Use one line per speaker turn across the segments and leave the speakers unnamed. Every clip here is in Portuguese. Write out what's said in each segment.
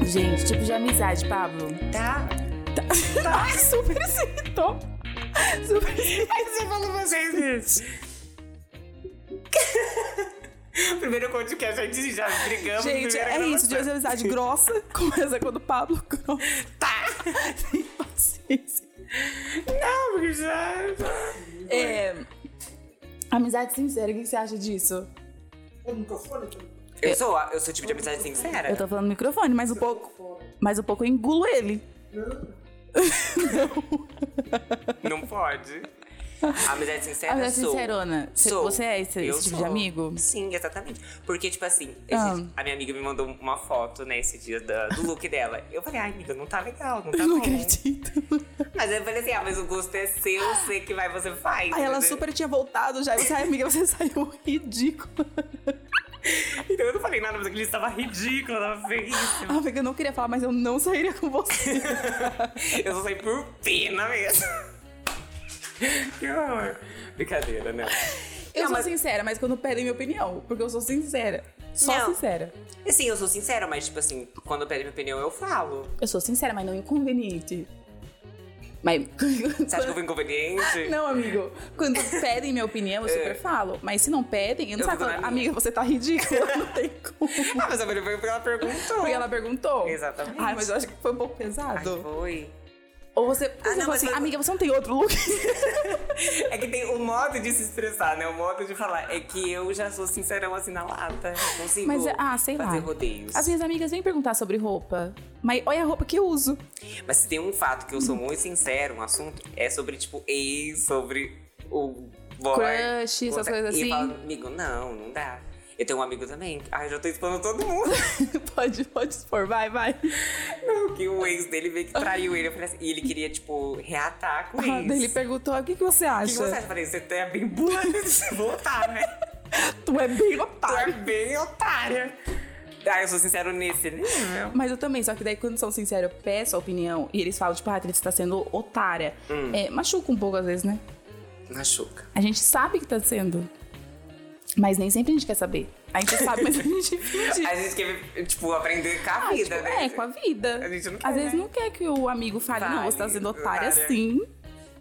Os tipos tipo de amizade, Pablo.
Tá?
Tá. Super citou. Super citou.
É Você falou vocês isso. Primeiro conto que a gente já brigamos.
Gente,
primeira
é isso.
gravação.
Dias de amizade grossa. Começa quando o Pablo grossa.
Tá.
Tem paciência.
Não, porque já...
É, amizade sincera, o que que você acha disso?
Eu sou, a- eu sou o tipo de amizade sincera.
Eu tô falando no microfone, mas um pouco. Mas um pouco eu engulo ele.
Não pode. Amizade sincera
Amizade
É, sou.
sincerona. Você-
Sou.
Você é esse,
Eu
esse tipo de
sou.
amigo?
Sim, exatamente. Porque, tipo assim, esse-
Ah.
a minha amiga me mandou uma foto, né, esse dia da- do look dela. Eu falei, ai, amiga, não tá legal, não tá
Eu não
bom.
acredito.
Mas eu falei assim, ah, mas o gosto é seu, você que vai, você faz.
Aí ela
entendeu?
super tinha voltado já. E você, ai, amiga, você saiu ridícula.
Então eu não falei nada, mas aquele dia tava ridículo, tava feíssimo.
Ah, amiga, eu não queria falar, mas eu não sairia com você.
Eu só saí por pena mesmo. Que horror. Brincadeira, né?
Eu
Não,
sou
mas-
sincera, mas quando pedem minha opinião, porque eu sou sincera. Só
Não.
sincera.
Assim, eu sou sincera, mas, tipo assim, quando pedem minha opinião, eu falo.
Eu sou sincera, mas não inconveniente. Mas.
Você acha que eu fui inconveniente?
Não, amigo. Quando pedem minha opinião, eu super falo. Mas se não pedem, eu não
É. Eu
saio
fico na
falando,
minha.
amiga, você tá ridícula, não tem como.
Ah, mas a mulher foi porque ela perguntou.
Porque ela perguntou.
Exatamente.
Ai, mas eu acho que foi um pouco
Ai,
pesado.
foi.
Ou você, você
não,
fala
mas
assim,
foi-
amiga, você não tem outro look?
É que tem o modo de se expressar, né? O modo de falar. É que eu já sou sincerão assim na lata. Eu Consigo
Mas, ah, sei lá.
fazer rodeios.
As minhas amigas vêm perguntar sobre roupa. Mas olha a roupa que eu uso.
Mas se tem um fato que eu sou muito sincero, um assunto, é sobre, tipo, ex, sobre o boy.
Crush, essas
Você-
coisas
E
assim.
eu falo, amigo, não, não dá. Eu tenho um amigo também. Ai, eu já tô expondo todo mundo.
pode, pode expor, vai, vai.
que o ex dele veio que traiu ele. Eu falei assim, e ele queria, tipo, reatar com o
Ah,
ex.
daí ele perguntou, o que, que você
O que
acha?
você acha? Eu falei, você tá bem bulando de voltar, né?
Tu é bem
Tu é
otário.
bem otária. Ah, eu sou sincero nesse nível.
Mas eu também, só que daí quando são sinceros, eu peço a opinião e eles falam, tipo, ah, Atriz, você tá sendo otária.
Hum.
É, machuca um pouco às vezes, né?
Machuca.
A gente sabe que tá sendo. Mas nem sempre a gente quer saber. A gente sabe, mas a gente finge.
A gente quer, tipo, aprender É, com a
Ah,
vida,
tipo,
né?
É, com a vida.
A gente não quer,
Às vezes
né?
não quer que o amigo fale, não,
Fale,
você tá sendo otária
otária.
assim.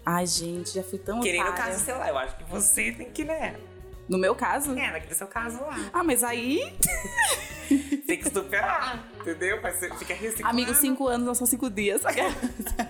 Ai, gente, já fui tão
Querendo o
otária.
caso seu lá, eu acho que você tem que, né?
No meu caso?
É, naquele seu caso lá.
Ah, mas aí,
Tem que superar, entendeu? Mas você fica reciclando.
amigo, cinco anos, não são cinco dias.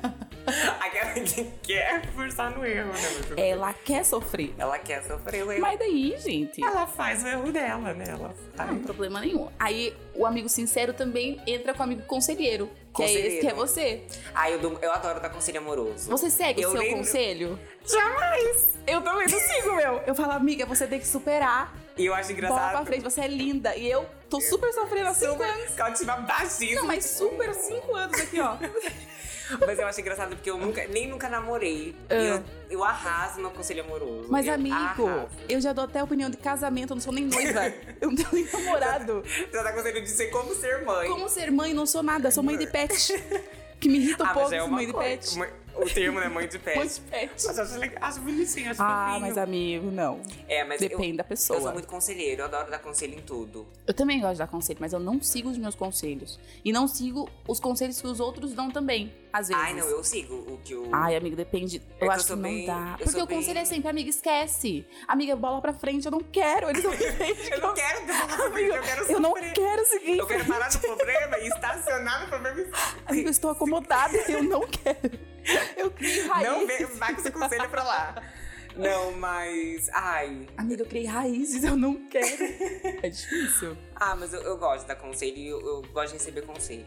Aquela que quer forçar no erro, né? meu?
Ela quer sofrer.
Ela quer sofrer o erro.
Mas daí, gente,
Ela faz o erro dela, né? Ela
não tem
faz.
problema nenhum. Aí o amigo sincero também entra com o amigo conselheiro. Que é esse
Conselheiro.
que é você.
Ah, eu, dou- eu adoro dar conselho amoroso.
Você segue
Eu
o seu
lembro-
conselho?
Jamais!
Eu também não sigo, meu. Eu falo, amiga, você tem que superar.
E eu acho
Bola pra
engraçado.
frente, você é linda. E eu tô super sofrendo há cinco anos.
Super, cautiva baixíssima.
Não, mas super cinco anos aqui, ó.
Mas eu acho engraçado porque eu nunca, nem nunca namorei.
Ah.
E eu, eu arraso no conselho amoroso.
Mas,
eu
amigo,
arraso.
eu já dou até opinião de casamento, eu não sou nem noiva. Eu não tenho nem namorado.
Já tá conselho de ser como ser mãe.
Como ser mãe, não sou nada, sou mãe de pet. Que me irrita um
ah, mas
pouco,
já é uma
mãe de
coisa.
pet.
Mãe- O termo, né? Mãe de pet.
Mãe de pet.
Mas eu acho, legal, acho bonitinho, acho
Ah,
fofinho.
mas amigo, não.
É, mas
Depende
eu,
da pessoa.
Eu sou muito conselheiro, eu adoro dar conselho em tudo.
Eu também gosto de dar conselho, mas eu não sigo os meus conselhos. E não sigo os conselhos que os outros dão também, às vezes.
Ai, não, eu sigo o que o.
Ai, amigo, depende. Eu
que eu
acho que,
sou
não
bem-
dá.
eu
Porque
sou
o conselho
bem-
é sempre, amiga, esquece. Amiga, bola pra frente, eu não quero. Eles não entendem.
eu não quero eu quero
Eu não
sofrer.
quero seguir.
Eu quero parar no problema e estacionar no problema. e-
Amiga, eu estou acomodada, eu não quero. Eu criei raiz.
Não vê, vai com esse conselho pra lá. Não, mas. Ai.
Amiga, eu criei raízes, eu não quero. É difícil.
Ah, mas eu, eu gosto de dar conselho e eu, eu gosto de receber conselho.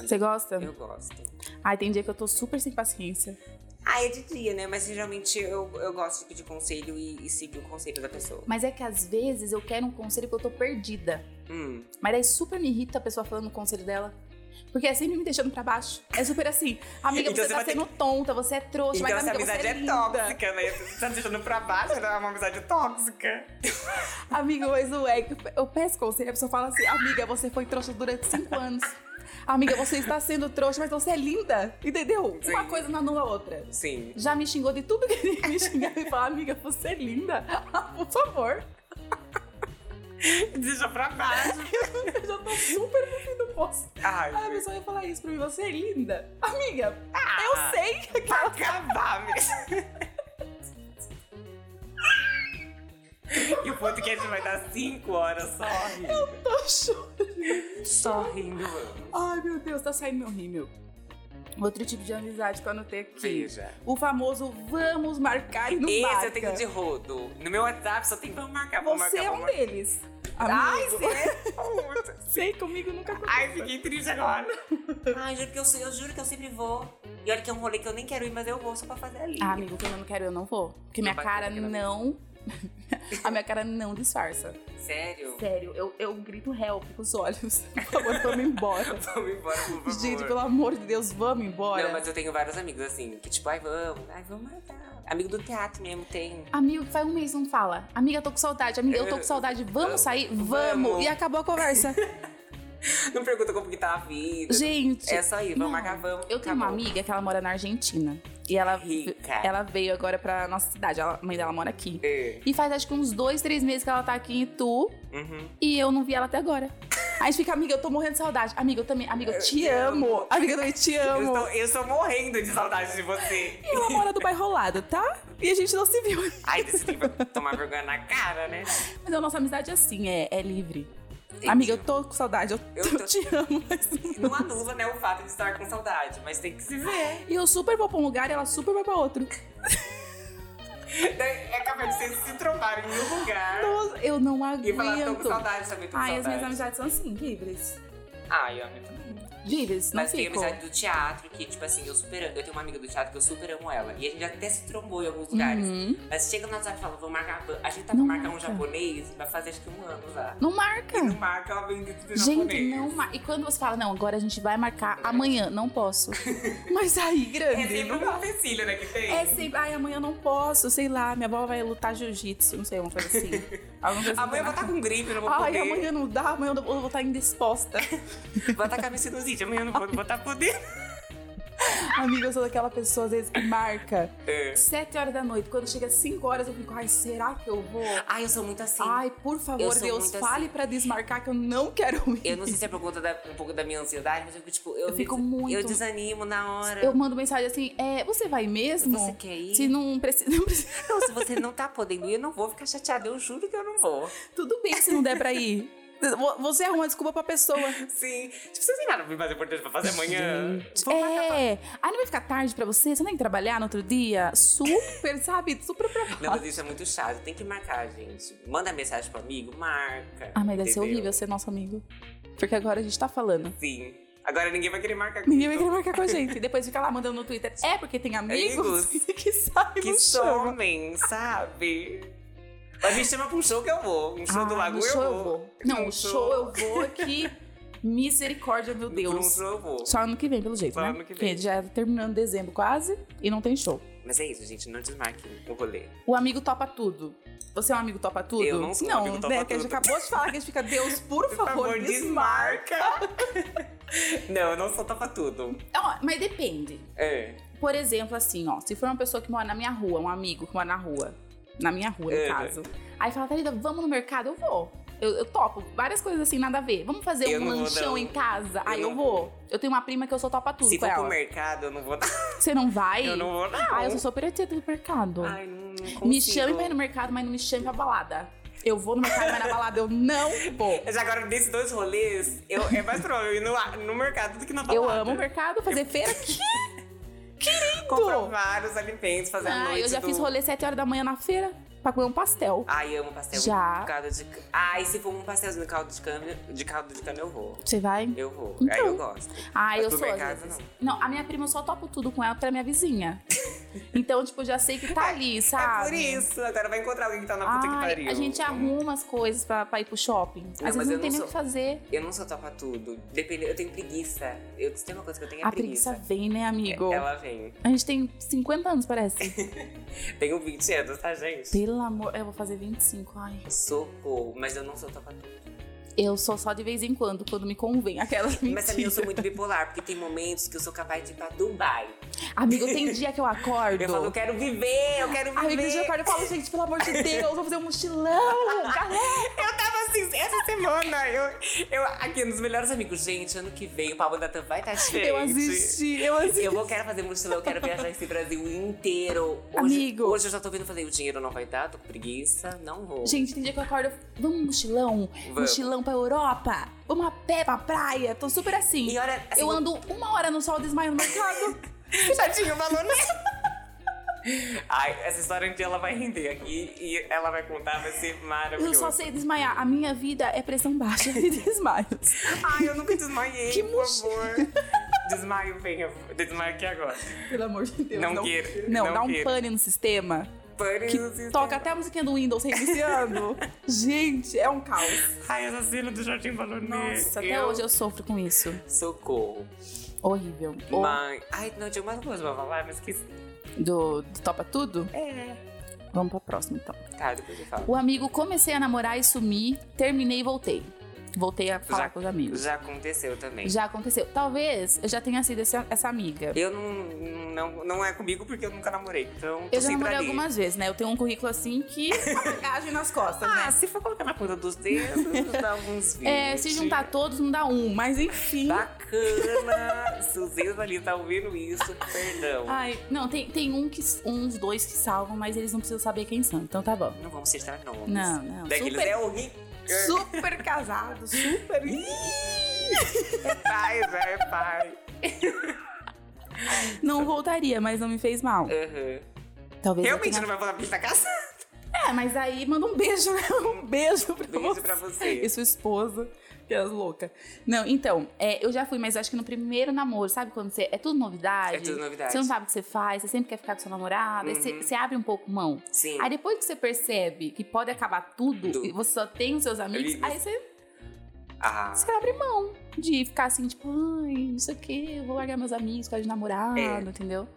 Você gosta?
Eu gosto.
Ai, tem dia que eu tô super sem paciência.
Ah, é de dia, né? Mas geralmente eu, eu gosto de pedir conselho e, e seguir o conselho da pessoa.
Mas é que às vezes eu quero um conselho porque eu tô perdida.
Hum.
Mas daí super me irrita a pessoa falando o conselho dela. Porque é sempre me deixando pra baixo. É super assim. Amiga,
Então
você
você
tá
vai ter
sendo tonta, você é trouxa,
Então
mas
essa
amiga, você
amizade
é,
é,
linda.
tóxica, né? Você tá deixando pra baixo, ela é uma amizade tóxica.
Amiga, mas não é que eu peço conselho, a pessoa fala assim, amiga, você foi trouxa durante cinco anos. Amiga, você está sendo trouxa, mas você é linda, entendeu? Uma
Sim.
coisa não anula a outra.
Sim.
Já me xingou de Ah, tudo que ele me xingava e falou, amiga, você é linda, por favor.
Deixa pra baixo.
Eu já tô super no fim do poço.
Ai,
Aí a pessoa ia falar isso pra mim, você é linda. Amiga, eu
Ah.
sei que
pra acabar mesmo. E o podcast vai dar 5 horas só rindo.
eu tô chorando.
Só rindo.
Ai, meu Deus, tá saindo meu rímel. Outro tipo de amizade que eu anotei aqui.
Veja.
O famoso vamos marcar e não
Esse
marca.
eu tenho de rodo. No meu WhatsApp só tem vamos marcar, vamos
Você
marcar,
é
vamos
um
marcar.
deles.
Ai, é
Amigo.
sério?
Sei, comigo nunca aconteceu.
Ai, fiquei triste agora. Ai, gente, porque eu, sei- eu juro que eu sempre vou. E olha que é um rolê que eu nem quero ir, mas eu vou só pra fazer ali.
Ah, amigo, quando eu não quero, eu não vou. Porque minha
Não vai
cara
ter aquela
não. A minha cara não disfarça.
Sério?
Sério, eu, eu grito help com os olhos. Por favor, vamos embora.
Vamos embora, por favor.
Gente, pelo amor de Deus, vamos embora.
Não, mas eu tenho vários amigos assim, que tipo, ai, vamos, ai, vamos matar. Amigo do teatro mesmo tem.
Amigo, que faz um mês não fala. Amiga, eu tô com saudade. Amiga,
É,
eu tô com saudade. Vamos sair? Vamos. E acabou a conversa.
Não pergunta como que tá a vida.
Gente.
É só ir, vamos
não.
marcar, vamos.
Eu tenho uma
acabou.
amiga que ela mora na Argentina. E ela,
Rica.
ela veio agora pra nossa cidade. Ela- a mãe dela mora aqui.
É.
E faz acho que uns dois, três meses que ela tá aqui em Itu.
Uhum.
E eu não vi ela até agora. Aí a gente fica, amiga, eu tô morrendo de saudade. Amiga, eu também. Amiga, eu te
te amo.
amo. Amiga, eu também te
Eu,
amo.
estou, eu estou morrendo de saudade de você.
E ela mora do bairro ao lado, tá? E a gente não se viu.
Ai, desse tempo tomar vergonha na cara, né?
Mas a nossa amizade é assim, é, é livre.
Entendi.
Amiga, eu tô com saudade, eu,
Eu
eu
tô-
te amo. mas-
Não anula, né, o fato de estar com saudade, mas tem que se ver.
E eu super vou pra um lugar e ela super vai pra outro.
Daí É capaz de vocês se trombarem em um lugar
Então, eu não
e falar, tô com
aguento.
saudade, também tô com
Ai, as minhas
saudade.
amizades são assim, livres.
Ai, eu amo também.
Livres, não
Mas tem
fico.
amizade do teatro que, tipo assim, eu super Eu tenho uma amiga do teatro que eu super amo ela. E a gente até se trombou em alguns lugares. Mas chega no WhatsApp e fala, vou marcar. A gente tá pra
Uhum. Não
marcar um
marca.
japonês, vai fazer acho que um ano já.
Não marca.
É. Não marca, ela vem dentro do
Gente,
japonês.
não marca. E quando você fala, não, agora a gente vai marcar amanhã, não posso. Mas aí, grande.
É sempre uma empecilho, né, que tem.
É sempre, ai, amanhã eu não posso, sei lá, minha avó vai lutar jiu-jitsu, não sei, uma coisa assim. Alguma coisa
Amanhã eu vou
assim.
estar com gripe, não vou
Ai,
poder.
amanhã não dá, amanhã eu vou estar indisposta.
Vou estar com a minha sinusite, amanhã eu não vou, tá vou estar podendo.
Amiga, eu sou daquela pessoa, às vezes, que marca
É.
sete horas da noite. Quando chega cinco horas, eu fico, ai, será que eu vou?
Ai, eu sou muito assim.
Ai, por
Eu
favor,
sou
Deus,
muito
fale
assim.
pra desmarcar que eu não quero ir.
Eu não sei se é por conta da- um pouco da minha ansiedade, mas eu fico, tipo, eu,
Eu fico
des-
muito-
Eu desanimo na hora.
Eu mando mensagem assim, é, você vai mesmo?
Você quer ir?
Se não precisa, não precisa-
Não, se você não tá podendo ir, eu não vou ficar chateada. Eu juro que eu não vou.
Tudo bem se não der pra ir. Vo- Você arruma desculpa pra pessoa.
Sim. Tipo, você tem nada mais importante pra fazer amanhã.
É, aí não vai ficar tarde pra você? Você não tem que trabalhar no outro dia? Super, sabe? Super
Não,
preparado.
mas isso é muito chato. Tem que marcar, gente. Manda mensagem pro amigo, marca.
Ah, mas deve ser
entendeu?
horrível ser nosso amigo. Porque agora a gente tá falando.
Sim. Agora ninguém vai querer marcar comigo.
Ninguém vai querer marcar com a gente. E depois fica lá mandando no Twitter. É porque tem amigos, que sabem
Que
não chama.
somem, sabe? Mas me chama pra um show que eu vou. Um show do
Ah,
Lago
no
eu,
show
vou.
Não,
Um
o show eu vou que... Misericórdia, meu
Pra Um
Deus.
show eu vou.
Só ano que vem, pelo jeito,
Só
né?
ano que vem.
Porque já tá terminando dezembro quase e não tem show.
Mas é isso, gente. Não desmarque o rolê.
O amigo topa tudo. Você é um amigo topa tudo?
Eu não sou um
Não,
amigo topa
né? Que a gente
tudo.
acabou de falar que a gente fica, Deus, por favor, desmarca.
desmarca. não, eu não sou tapa tudo.
Ó, mas depende.
É.
Por exemplo, assim, ó, se for uma pessoa que mora na minha rua, um amigo que mora na rua, na minha rua, no
É.
caso, aí fala, Thalita, vamos no mercado? Eu vou. Eu, eu topo várias coisas assim, nada a ver. Vamos fazer
Eu
um
não vou,
lanchão
não.
em casa? aí
não
eu vou. Eu tenho uma prima que eu só topa tudo
Se
com
for
ela.
pro mercado, eu não vou dar.
Você não vai?
Eu não vou, não.
Ah, eu sou super atenta do mercado.
Ai, não, não consigo.
me chame pra ir no mercado, mas não me chame pra balada. Eu vou no mercado, mas na balada eu não vou.
Mas agora, desses dois rolês, eu, é mais provável eu ir no, no mercado do que na balada.
Eu amo o mercado, fazer feira aqui.
Comprar
Querido!
vários alimentos, fazer a
Ah,
noite
eu já
do-
fiz rolê 7 horas da manhã na feira pra comer um pastel.
Ai, amo pastel
Já.
com caldo de... ca- Ai, se for um pastelzinho de caldo de cana, de caldo de cana, eu vou.
Você vai?
Eu vou.
Então.
Aí eu gosto.
Ah,
Mas
eu
pro
sou.
mercado,
às vezes.
não.
não. a minha prima eu só topo tudo com ela porque ela é minha vizinha. Então, tipo, já sei que tá ali, sabe?
É por isso. Agora vai encontrar alguém que tá na puta que
Ai,
pariu.
a gente arruma as coisas pra, pra ir pro shopping.
Não,
Às
mas
vezes
eu
não tem nem o
não sou-
que fazer.
Eu não sou topa tudo. Depende, eu tenho preguiça. Eu, se tem uma coisa que eu tenho é
a preguiça vem, né, amigo?
Ela vem.
A gente tem 50 anos, parece.
Tenho 20 anos, tá, gente?
Pelo amor. Eu vou fazer 25, ai.
Socorro. Mas eu não sou topa tudo.
Eu sou só de vez em quando, quando me convém. Aquela
Mas é também eu sou
mentira.
muito bipolar, porque tem momentos que eu sou capaz de ir pra Dubai.
Amigo, tem dia que eu acordo.
Eu falo, eu quero viver, eu quero viver.
Amigo, tem dia que eu acordo e falo, gente, pelo amor de Deus, vou fazer um mochilão. Galera,
Eu tava assim, essa semana, eu, eu aqui nos melhores amigos, gente, ano que vem o Pablo Natan vai estar diferente.
Eu assisti, eu assisti.
Eu vou quero fazer mochila, eu quero viajar esse Brasil inteiro. Hoje,
Amigo.
Hoje eu já tô vindo fazer o dinheiro, não vai dar, tô com preguiça, não vou.
Gente, tem dia que eu acordo, vamos mochilão,
Vamos.
mochilão pra Europa, vamos a pé pra praia, tô super assim.
E olha, assim,
eu ando uma hora no sol, desmaio no mercado.
já tinha o valor Ai, essa história um dia ela vai render aqui e ela vai contar, vai ser
eu
maravilhoso.
só sei desmaiar, a minha vida é pressão baixa e desmaios.
Ai, eu nunca desmaiei,
Que
por
mochi-
favor. Desmaio, venha, desmaio aqui agora.
Pelo amor de Deus.
Não queira,
Não,
não
dá um
queira.
pane no sistema.
Pane
Que
no sistema.
toca até a musiquinha do Windows reiniciando. Gente, é um caos.
Ai, assassino do Jardim Balonê.
Nossa, até hoje eu Oh. sofro com isso.
Socorro.
Horrível. Ou
Mas... Ai, não, tinha mais coisa pra falar, mas esqueci.
do, do Topa Tudo?
É.
Vamos pra próxima então.
Tá, depois eu falo.
O amigo comecei a namorar e sumi, terminei e voltei. Voltei a falar com os amigos.
Já aconteceu também.
Já aconteceu. Talvez eu já tenha sido essa, essa amiga.
Eu não, não... Não é comigo porque eu nunca namorei. Então, tô
Eu já
sempre
namorei
ali.
algumas vezes, né? Eu tenho um currículo assim que. Uma bagagem nas costas, né?
Ah, se for colocar na ponta dos dedos, dá uns 20.
É, se juntar todos não dá um, mas enfim.
Bacana. se o Zeus ali tá ouvindo isso, perdão.
Ai, não, tem, tem um que, uns dois que salvam, mas eles não precisam saber quem são, então tá bom.
Não vamos citar nomes.
Não, não,
Daqueles
super-
é o Rick.
Super casado, super.
É pai, já é pai.
Não voltaria, mas não me fez mal.
Aham.
Talvez. eu
Realmente não
tenha-
vai falar porque tá casado.
É, mas aí manda um beijo, né? Um beijo pra
Beijo
você.
pra você.
E sua esposa, que é louca. Não, então, é, eu já fui, mas acho que no primeiro namoro, sabe quando você. É tudo novidade?
É tudo novidade. Uhum.
Você não sabe o que você faz, você sempre quer ficar com seu namorado, aí você, você abre um pouco mão.
Sim.
Aí depois que você percebe que pode acabar tudo,
Tudo.
e você só tem os seus amigos,
Amigos.
aí você,
Ah.
você abre mão de ficar assim, tipo, ai, não sei o quê, eu vou largar meus amigos por causa de namorado,
É.
entendeu?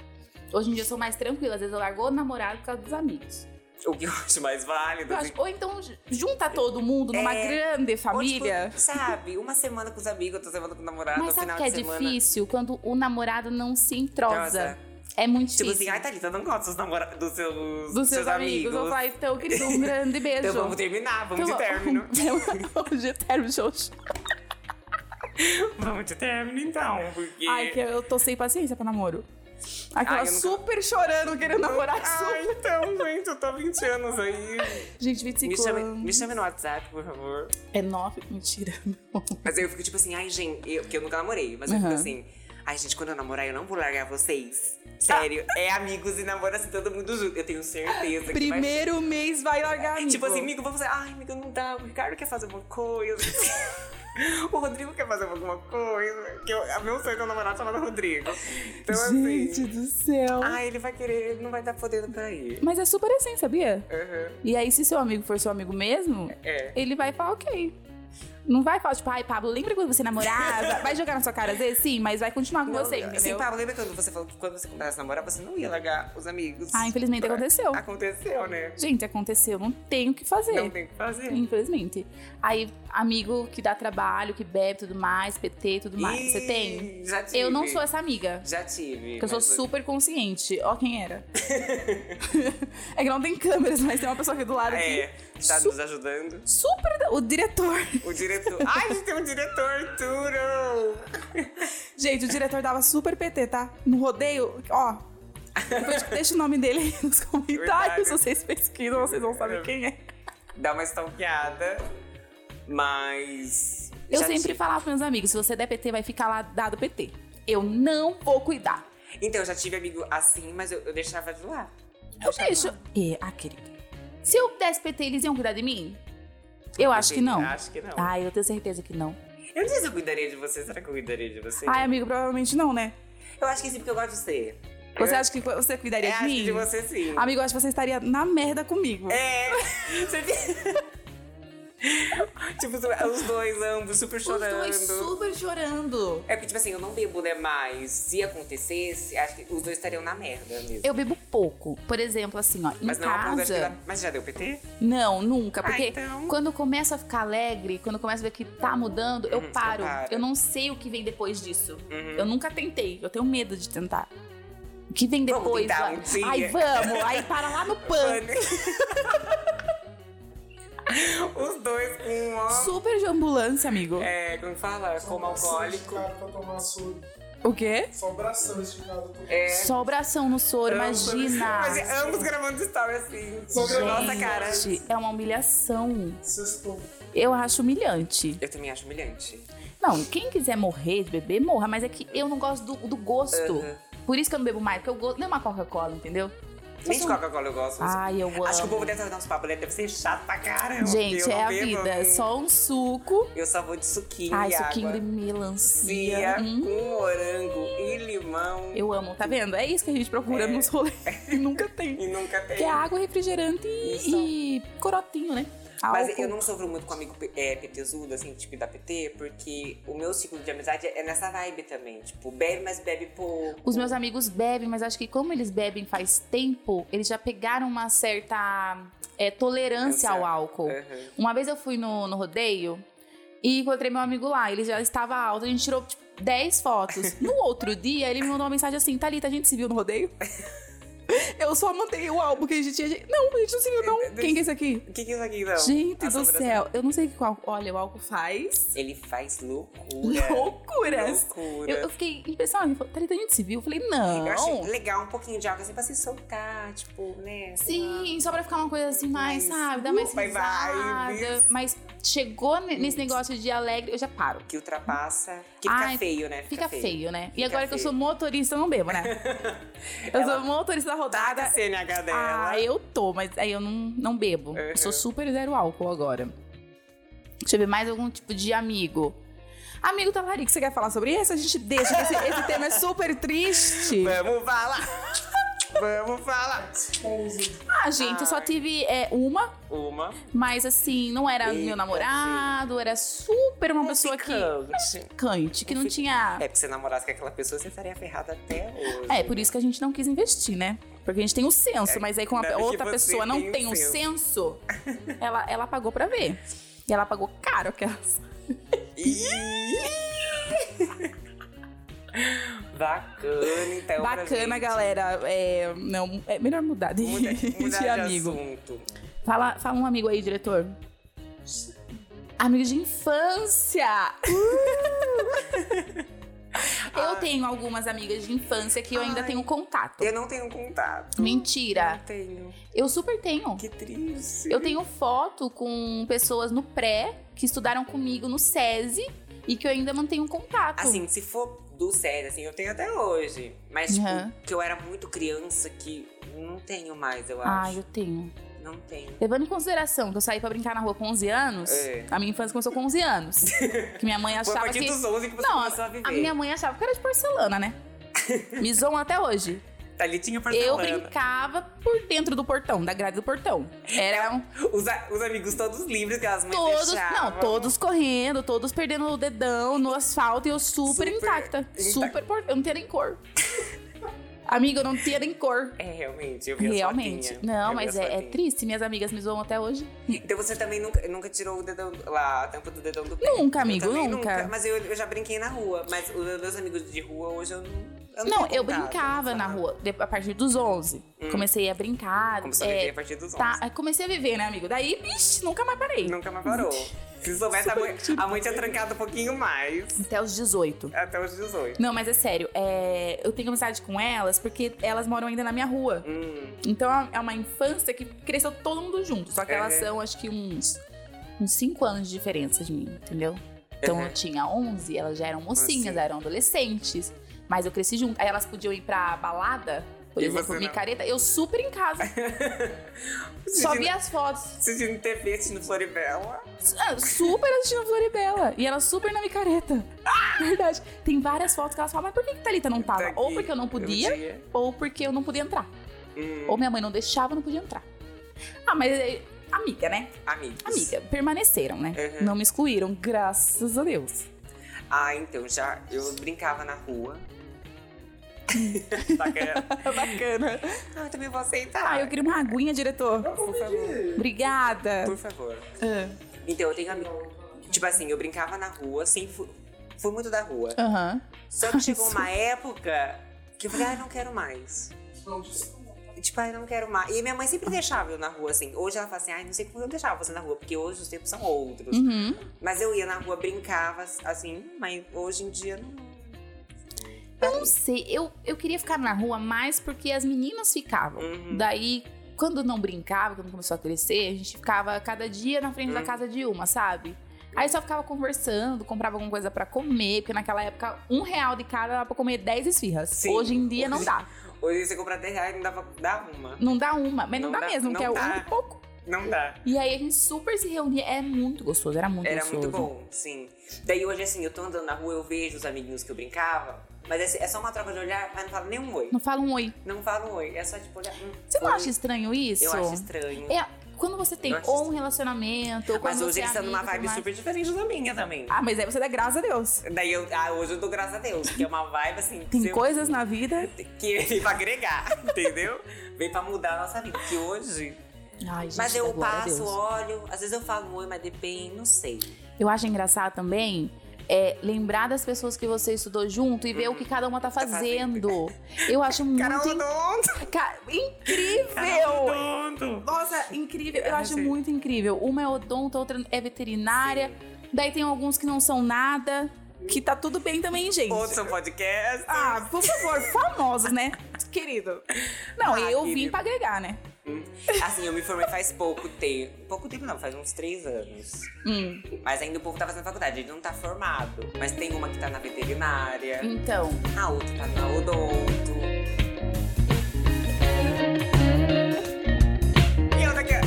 Hoje em dia eu sou mais tranquila, às vezes eu largo o namorado por causa dos amigos.
O que eu acho mais válido.
Eu acho- ou então j- junta todo mundo numa
É.
grande
Ou, tipo,
família.
sabe, uma semana com os amigos, outra semana com o namorado,
Mas
no
sabe
final
que é
de semana.
difícil quando o namorado não se entrosa?
Nossa.
É muito
Tipo
difícil.
assim, ai, Thalita, eu não gosto dos, namora... dos seus,
Dos seus amigos. Eu falo, então, querido, um grande beijo.
Então vamos terminar, vamos de término.
Vamos de um término, xoxo.
vamos de término então, porque.
Ai, que eu tô sem paciência pra namoro. Aquela
Ai, eu nunca-
super chorando, querendo namorar.
Ah,
super-
então, gente, eu tô há 20 anos aí.
Gente,
Me
25
chame,
anos.
me chame no WhatsApp, por favor.
É nove? Mentira. não.
Mas eu fico tipo assim, ai, gente, eu, porque eu nunca namorei, mas eu fico
Aham.
assim, ai, gente, quando eu namorar, eu não vou largar vocês. Sério, é amigos e namora assim, todo mundo junto. Eu tenho certeza que vai ser.
Primeiro mês vai largar, amigo.
Tipo assim, amigo, vamos fazer. Ai, amigo, não dá. O Ricardo quer fazer alguma coisa. o Rodrigo quer fazer alguma coisa. Que eu, meu sonho é ter um namorado chamado Rodrigo. Então,
Gente
assim.
do céu.
Ai, ele vai querer, ele não vai estar podendo pra ir.
Mas é super assim, sabia?
Aham.
E aí, se seu amigo for seu amigo mesmo,
É.
ele vai falar ok. Não vai falar, tipo, ai, Pablo, lembra quando você namorava? Vai jogar na sua cara às vezes? Sim, mas vai continuar com você, entendeu?
Sim, Pablo, é, assim, lembra quando você falou que quando você começasse a namorar, você não ia largar os amigos?
Ah, infelizmente aconteceu.
Aconteceu, né?
Gente, aconteceu, não tem o que fazer.
Não tem o que fazer.
Infelizmente. Aí, amigo que dá trabalho, que bebe tudo mais, PT e tudo mais. Você
Ih,
tem?
Já tive.
Eu não sou essa amiga.
Já tive.
Porque eu sou
mas-
super consciente. Ó quem era. é que não tem câmeras, mas tem uma pessoa aqui do lado
É,
que
tá
assim. su-
nos ajudando.
super... O diretor...
O diretor. Ai, a gente tem um diretor, Arturo!
Gente, o diretor dava super PT, tá? No rodeio, ó. Depois deixa o nome dele aí nos comentários.
Verdade.
Vocês pesquisam, vocês vão saber quem é.
Dá uma stalkeada, mas.
Eu
já
sempre
tive-
falava pros meus amigos: se você der PT, vai ficar lá dado PT. Eu não vou cuidar.
Então, eu já tive amigo assim, mas eu, eu deixava de lá.
Eu deixo. É, ah, querida. Se eu desse PT, eles iam cuidar de mim? Eu acho que não.
Acho que não.
Ai, eu tenho certeza que não.
Eu não sei se eu cuidaria de você. Será que eu cuidaria de você?
Ai, amigo, provavelmente não, né?
Eu acho que sim, porque eu gosto de você.
Você
eu,
acha que você cuidaria
eu
de
acho que
mim?
de você sim.
Amigo, eu acho que você estaria na merda comigo.
É. Você vi- tipo, os dois, ambos, super
Os
chorando.
dois super chorando.
É porque, tipo assim, eu não bebo, né? Mas se acontecesse, acho que os dois estariam na merda mesmo.
Eu bebo pouco. Por exemplo, assim, ó, em
Mas não, a ponto
casa.
de acho que dá- Mas já deu PT?
Não, nunca.
Ah,
Porque
então.
quando eu começo a ficar alegre, quando eu começo a ver que tá mudando, eu
Uhum,
paro.
eu paro. Uhum.
Eu não sei o que vem depois disso. Eu nunca tentei. Eu tenho medo de tentar. O que vem
Vamos
depois?
tentar
ó.
um dia.
Aí vamos, aí para lá no pano.
Pane. Os dois com uma.
Super de ambulância, amigo.
É, como fala? Como alcoólico.
Esticado pra tomar soro.
O quê?
tá Só bração esticado pra tomar
É.
Só o bração no soro,
Ambos-
imagina.
Mas é, ambos gravando story assim.
Gente.
Nossa, cara.
Gente, é uma humilhação.
Sextou.
Eu acho humilhante.
Eu também acho humilhante.
Não, quem quiser morrer de bebê, morra. Mas é que eu não gosto do, do gosto.
Uhum.
Por isso que eu não bebo mais, porque eu gosto. Nem uma Coca-Cola, entendeu?
Nem de
sou-
Coca-Cola eu gosto.
Ai, eu amo.
Acho que o povo deve estar dando uns papos, né? deve ser chato pra caramba.
Gente,
eu
é
não
a
bebo,
vida. É
hum.
só um suco.
Eu só vou de suquinho
Ai,
e
suquinho de
água.
melancia.
Cia,
Hum,
com morango e limão.
eu amo, tá vendo? É isso que a gente procura
É.
nos rolês. E nunca tem.
E nunca tem.
Que é água, refrigerante e, e corotinho, né?
Mas
Álcool.
eu não sofro muito com amigo é, PTzudo, assim, tipo da PT, porque o meu ciclo de amizade é nessa vibe também. Tipo, bebe, mas bebe pouco.
Os meus amigos bebem, mas acho que como eles bebem faz tempo, eles já pegaram uma certa é, tolerância ao
Tolerância.
álcool.
Uhum.
Uma vez eu fui no, no rodeio e encontrei meu amigo lá. Ele já estava alto, a gente tirou tipo, 10 fotos. No outro dia, ele me mandou uma mensagem assim: Thalita, a gente se viu no rodeio? Eu só mandei o álbum que a gente tinha. Não, a gente não se viu, não. Quem que é esse aqui?
O que, que é isso aqui, então?
Gente
A
do
sobremesa.
céu, eu não sei o que o álcool. Olha, o álcool faz.
Ele faz loucura.
Loucuras!
É, Loucura.
Eu, eu fiquei impressionada. Ele falou, Thalita, a gente se viu? Eu falei,
Eu achei
não.
legal um pouquinho de água assim pra se soltar, tipo, né?
Sim, só pra ficar uma coisa assim mais,
Mas,
sabe? Dar mais
uh, vai, vai,
risada.
isso.
Mas chegou ne- nesse negócio de alegre, eu já paro.
Que ultrapassa. Que fica
Ai,
feio, né?
Fica feio, né? E
Fica
agora que eu
feio.
sou motorista, eu não bebo, né? Eu sou motorista da
Nada
rodada.
CNH dela.
Ah, eu tô, mas aí eu não, não bebo.
Uhum.
Sou super zero álcool agora. Deixa eu ver mais algum tipo de amigo. Amigo Talarico, você quer falar sobre isso? A gente deixa, que esse, esse tema é super triste.
Vamos falar! Vamos falar!
Esposa.
Ah, gente, eu só
Ai.
tive é, uma
Uma.
Mas assim, não era
Eita, Um
meu namorado, era super uma pessoa que.
Ficante.
Cante, que não
Fica-
tinha.
É, porque se você namorasse com aquela pessoa, você estaria ferrada até hoje.
É, por isso que a gente não quis investir, né? Porque a gente tem o senso, mas aí quando
ainda
a
bem que
outra
É, você
pessoa não
tem
tem
o
o senso, ela, ela pagou pra ver. E ela pagou caro aquelas.
Bacana, então. pra
Bacana,
gente.
galera. É, não, é melhor mudar de,
Muda, muda
de amigo.
assunto.
Fala, fala um amigo aí, diretor. Amigo de infância!
Uh!
eu tenho algumas amigas de infância que eu ainda
Ah. Ai.
tenho contato.
Eu não tenho contato.
Mentira!
Não tenho.
Eu super tenho.
Que triste.
Eu tenho foto com pessoas no pré que estudaram comigo no SESI e que eu ainda mantenho contato.
Assim, se for do sério, assim, eu tenho até hoje. Mas, tipo,
Uhum.
que eu era muito criança que não tenho mais, eu
Ah,
acho.
eu tenho.
Não tenho.
Levando em consideração que eu saí pra brincar na rua com 11 anos,
É.
a minha infância começou com 11 anos. que minha mãe
Foi a
achava
partir
que.
dos 11 que você
Não,
começou a viver.
A minha mãe achava que era de porcelana, né? Me zoam até hoje.
Thalitinha
Eu
porcelana.
brincava por dentro do portão, da grade do portão.
É
um Eram
Os, a- os amigos todos livres que as mães
todos,
deixavam.
não, todos correndo, todos perdendo o dedão no asfalto e eu super,
Super
intacta.
intacta.
Super por... Eu não tinha nem cor. Amiga, eu não tinha nem cor.
É, realmente, eu vi as
Realmente.
fotinhas. Eu
Não,
vi
mas
as
é, é
fotinhas.
triste. Minhas amigas me zoam até hoje.
Então você também nunca, nunca tirou o dedão, lá, a tampa do dedão do pé?
Nunca,
Eu
amigo,
também
nunca.
Mas eu, eu já brinquei na rua, mas os meus amigos de rua hoje eu não... Eu
Não,
tenho
eu
contato,
brincava na
sabe? Hum.
rua de- a partir dos 11. Comecei a brincar.
Começou a
é,
viver a partir dos 11.
tá, comecei a viver, né, amigo? Daí, bicho, nunca mais parei.
Nunca mais parou. Se soubesse, a mãe,
tipo
a mãe tinha trancado um pouquinho mais.
Até os 18.
Até os 18.
Não, mas é sério, é, eu tenho amizade com elas porque elas moram ainda na minha rua.
Hum,
Então é uma infância que cresceu todo mundo junto. Só que elas
Uhum.
são, acho que, uns 5 anos de diferença de mim, entendeu? Então
Uhum.
eu tinha 11, elas já eram mocinhas,
Mocinha.
eram adolescentes. Mas eu cresci junto. Aí elas podiam ir pra balada, por
E
exemplo,
você não?
micareta. Eu super em casa. Só
Assistindo-
via as fotos.
assistindo TV, assistindo Floribela.
Ah, Super assistindo Floribela. E ela super na micareta.
Ah!
Verdade. Tem várias fotos que elas falam, mas por que, que Thalita não tava?
Tá
Ou
aqui,
porque eu não podia, ou porque eu não podia entrar.
Hum,
Ou minha mãe não deixava, eu não podia entrar. Ah, mas é, amiga, né?
amigos.
Amiga, permaneceram, né?
Uhum.
Não me excluíram, graças a Deus.
Ah, então, já eu brincava na rua. Bacana.
Bacana.
ah, eu também vou aceitar.
Ah, eu queria uma aguinha, diretor.
Por favor.
Obrigada.
Por favor.
Ah,
Então, eu tenho amigo. Tipo assim, eu brincava na rua, assim, fui, fui muito da rua.
Aham.
Só que chegou uma época que eu falei, ah, não quero mais.
Não, desculpa.
Tipo, ai, não quero mais. E minha mãe sempre deixava eu na rua, assim. Hoje ela fala assim, ai, não sei como eu deixava você na rua, porque hoje os tempos são outros.
Uhum.
Mas eu ia na rua, brincava, assim, mas hoje em dia não.
Eu não sei, eu, eu queria ficar na rua mais porque as meninas ficavam.
Uhum.
Daí, quando não brincava, quando começou a crescer, a gente ficava cada dia na frente da
Uhum.
casa de uma, sabe? Aí só ficava conversando, comprava alguma coisa pra comer, porque naquela época um real de cada dava pra comer 10 esfirras.
Sim.
Hoje em dia não dá.
Hoje você compra 10 reais e não dá pra dar uma.
Não dá uma, mas não,
Não
dá,
dá,
mesmo,
não
que é
dá.
um e pouco.
Não dá.
E aí a gente super se reunia, é muito gostoso, era muito
Era
gostoso.
muito bom, sim. Daí hoje, assim, eu tô andando na rua, eu vejo os amiguinhos que eu brincava, mas é, é só uma troca de olhar, mas não falo nem um oi.
Não fala um oi.
Não falo um oi, é só tipo olhar. hum,
Você não
oi.
acha estranho isso?
Eu acho estranho.
É, quando você tem
Eu acho
ou um
estranho.
relacionamento, ou quando
Mas hoje
você é
eles estão numa
amigo e tudo
vibe
mais.
super diferente da minha também.
Ah, mas aí você dá graças a Deus.
Daí eu, ah, hoje eu dou graças a Deus, que é uma vibe assim.
Tem
que eu-
coisas na vida.
que veio pra agregar, entendeu? Veio pra mudar a nossa vida. Que hoje.
Ai, gente,
Mas
dá
eu
glória a
passo,
Deus.
olho, às vezes eu falo um oi, mas depende, não sei.
Eu acho engraçado também é, lembrar das pessoas que você estudou junto e ver o que cada uma tá fazendo.
fazendo.
Eu acho muito in-
Carolodonto!
ca- incrível!
Carolodonto!
Nossa, incrível. Eu
Eu não
acho
sei.
muito incrível. Uma é odonto, a outra é veterinária. Daí tem alguns que não são nada. Que tá tudo bem também, gente.
Outros são podcast.
Ah, por favor, famosos, né? Querido. Não,
Ah,
eu vim
querido.
pra agregar, né?
Hum. Assim, eu me formei faz pouco tempo. Pouco tempo não, faz uns três anos.
Hum,
Mas ainda o povo tá fazendo faculdade, ele não tá formado. Mas tem uma que tá na veterinária,
então.
a outra tá na odonto. E tá eu daqui a.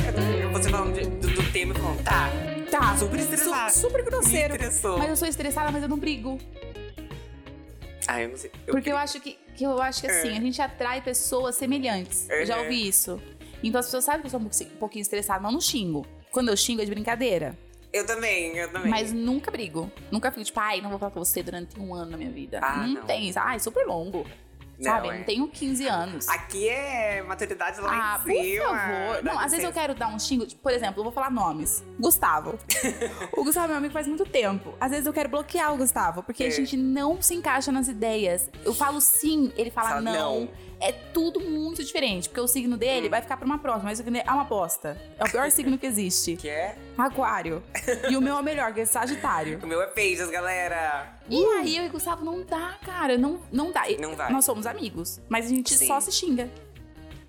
Você falando de- do, do tema e falando, tá,
Tá.
super estressado.
Su- super grosseiro.
Me estressou.
Mas eu sou estressada, mas eu não brigo.
Ah, eu não sei. Eu
Porque eu acho que, que eu acho que assim,
É.
a gente atrai pessoas semelhantes. Eu já
Uhum.
ouvi isso. Então as pessoas sabem que eu sou um pouquinho- um pouquinho estressada, mas eu não xingo. Quando eu xingo é de brincadeira.
Eu também, eu também.
Mas nunca brigo. Nunca fico tipo, ai, não vou falar com você durante um ano na minha vida.
Ah,
não,
não.
tem isso. Ai, super longo.
Não,
Sabe?
é.
Não tenho 15 anos.
Aqui é maturidade lá
Ah,
em
por
cima.
favor. Não,
Dá
às vezes eu
licença.
quero dar um xingo. Tipo, por exemplo, eu vou falar nomes. Gustavo. o Gustavo é meu amigo faz muito tempo. Às vezes eu quero bloquear o Gustavo, porque a
É.
gente não se encaixa nas ideias. Eu falo sim, ele fala,
Fala
não.
não. Hum.
É tudo muito diferente, porque o signo dele vai ficar pra uma próxima, mas o signo dele é uma aposta. É o pior signo que existe.
Que é?
Aquário. E o meu é o melhor, que é Sagitário.
O meu é peixes, galera.
E aí eu e o Gustavo não dá, cara. Não, não dá. E-
Uh! Não vai.
Nós somos amigos, mas a gente
Sim.
só se xinga.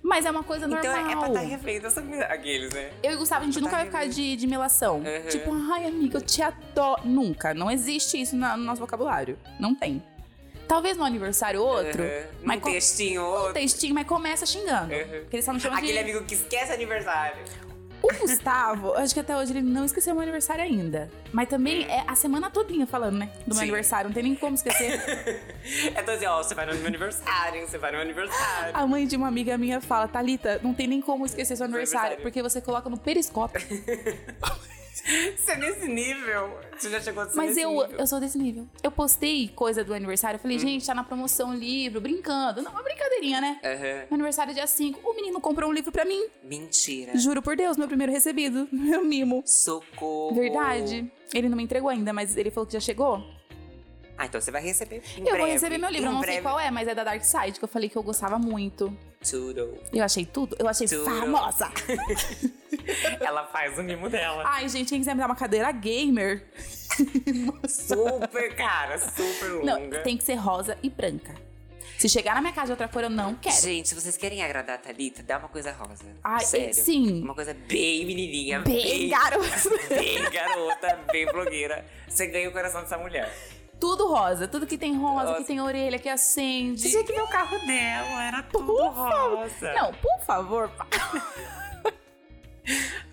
Mas é uma coisa normal.
Então é, é pra estar refém dessa aqueles, né?
Eu e o Gustavo, a gente nunca vai ficar de, de melação.
Uhum.
Tipo, ai, amiga, eu te adoro. Nunca. Não existe isso na- no nosso vocabulário. Não tem. Talvez no aniversário outro,
Uhum.
mas
Um
com-
textinho,
um
outro.
textinho, mas começa xingando.
Uhum.
Porque ele só me chama de...
Aquele amigo que esquece aniversário.
O Gustavo, acho que até hoje ele não esqueceu meu aniversário ainda. Mas também é a semana todinha falando, né? Do meu
Hum. Sim.
aniversário, não tem nem como esquecer.
É então assim, ó, você vai no meu aniversário, hein? Você vai no meu aniversário.
a mãe de uma amiga minha fala, Thalita, não tem nem como esquecer seu aniversário,
aniversário.
porque você coloca no periscópio.
Você é nesse nível. Você já chegou a ser
Mas
nesse
eu,
nível. Uhum.
eu sou desse nível. Eu postei coisa do aniversário, eu falei, gente, tá na promoção o livro, brincando. Não, uma brincadeirinha, né?
Aham.
Meu aniversário é dia 5. O menino comprou um livro pra mim.
Mentira.
Juro por Deus, meu primeiro recebido. Meu mimo.
Socorro.
Verdade. Ele não me entregou ainda, mas ele falou que já chegou.
Ah, então você vai receber. Em
eu vou
breve.
receber meu livro,
Em
eu não
breve.
sei qual é, mas é da Dark Side, que eu falei que eu gostava muito.
Tudo.
Eu achei tudo, eu achei
Tudo.
famosa.
Ela faz o mimo dela.
Ai, gente, quem quiser me dar uma cadeira gamer.
Super, cara. Super
Não,
longa.
tem que ser rosa e branca. Se chegar na minha casa de outra cor, eu não quero.
Gente, se vocês querem agradar a Thalita, dá uma coisa rosa.
Ai,
Sério.
sim.
Uma coisa bem menininha.
Bem, garoto.
Bem garota, bem blogueira. Você ganha o coração dessa mulher.
Tudo rosa, tudo que tem rosa,
Rosa.
que tem orelha, que acende.
que ver o carro dela, era tudo rosa.
Não, por favor.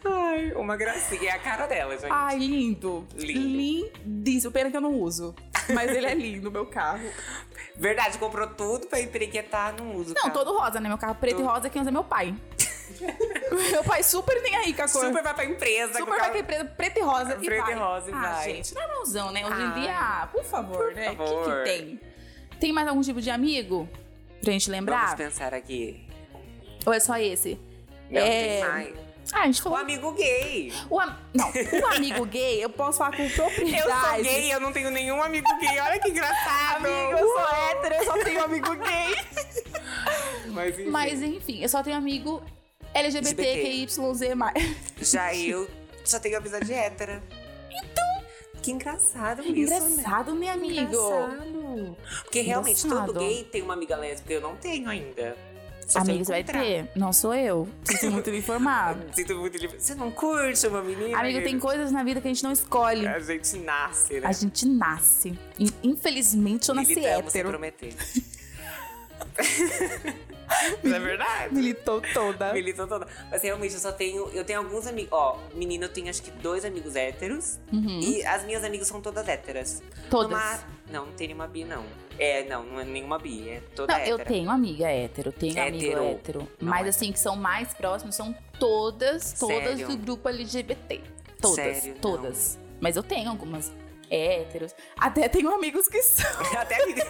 Ai, uma gracinha. É a cara dela, gente.
Ai, lindo.
Lindo.
Lindíssimo. Pena que eu não uso. Mas ele é lindo, meu carro.
Verdade, comprou tudo pra emprequetar, não uso.
Não,
cara.
todo rosa, né? Meu carro preto e
Todo.
rosa, quem usa é meu pai. meu pai super nem aí com a cor.
Super vai pra empresa.
Super
com o
vai
carro-
que é preto, preto e rosa e
Preto
vai.
e rosa e
ah,
vai.
gente, normalzão, né? Hoje
Ah,
em dia, ah, por favor,
por
né? O que, que
favor.
tem? Tem mais algum tipo de amigo? Pra gente
Vamos
lembrar?
pensar aqui.
Ou é só esse?
Não,
É.
tem mais.
Ah, a gente
O
falou.
amigo gay.
O am- Não, o amigo gay, eu posso falar com
Eu
propriedade.
sou gay, eu não tenho nenhum amigo gay. Olha que engraçado.
Amigo, eu sou hétero, eu só tenho amigo gay.
Mas enfim.
Mas enfim, eu só tenho amigo LGBTQYZ.
Já eu só tenho amizade hétera. Então. Que engraçado isso, né?
Engraçado, né, amigo?
Engraçado. Porque realmente
Engraçado.
todo gay tem uma amiga lésbica, eu não tenho ainda. Só um se eu
Amigo, você vai
encontrar.
ter. Não sou eu. Sinto muito me informado.
Sinto muito livre. Você não curte uma menina?
Amigo, tem coisas na vida que a gente não escolhe.
A gente nasce, É, né?
A gente nasce. In- Infelizmente, eu nasci
Militamos sem
hétero.
prometer. Não é verdade?
Militou toda.
Militou toda. Mas realmente, eu só tenho. Eu tenho alguns amigos. Ó, menina, eu tenho acho que dois amigos héteros. E as minhas amigas são todas héteras.
Uhum. Todas.
Numa- Não, não tem nenhuma bi, não. É, não, não é nenhuma bi. É toda
Não, eu
hétera.
tenho amiga hétero, tenho
Hétero.
amigo hétero.
Não
mas
é.
assim, que são mais próximos, são todas, todas
Sério?
do grupo LGBT. Todas,
Sério, não.
todas. Mas eu tenho algumas héteros. Até tenho amigos que são.
até amigos.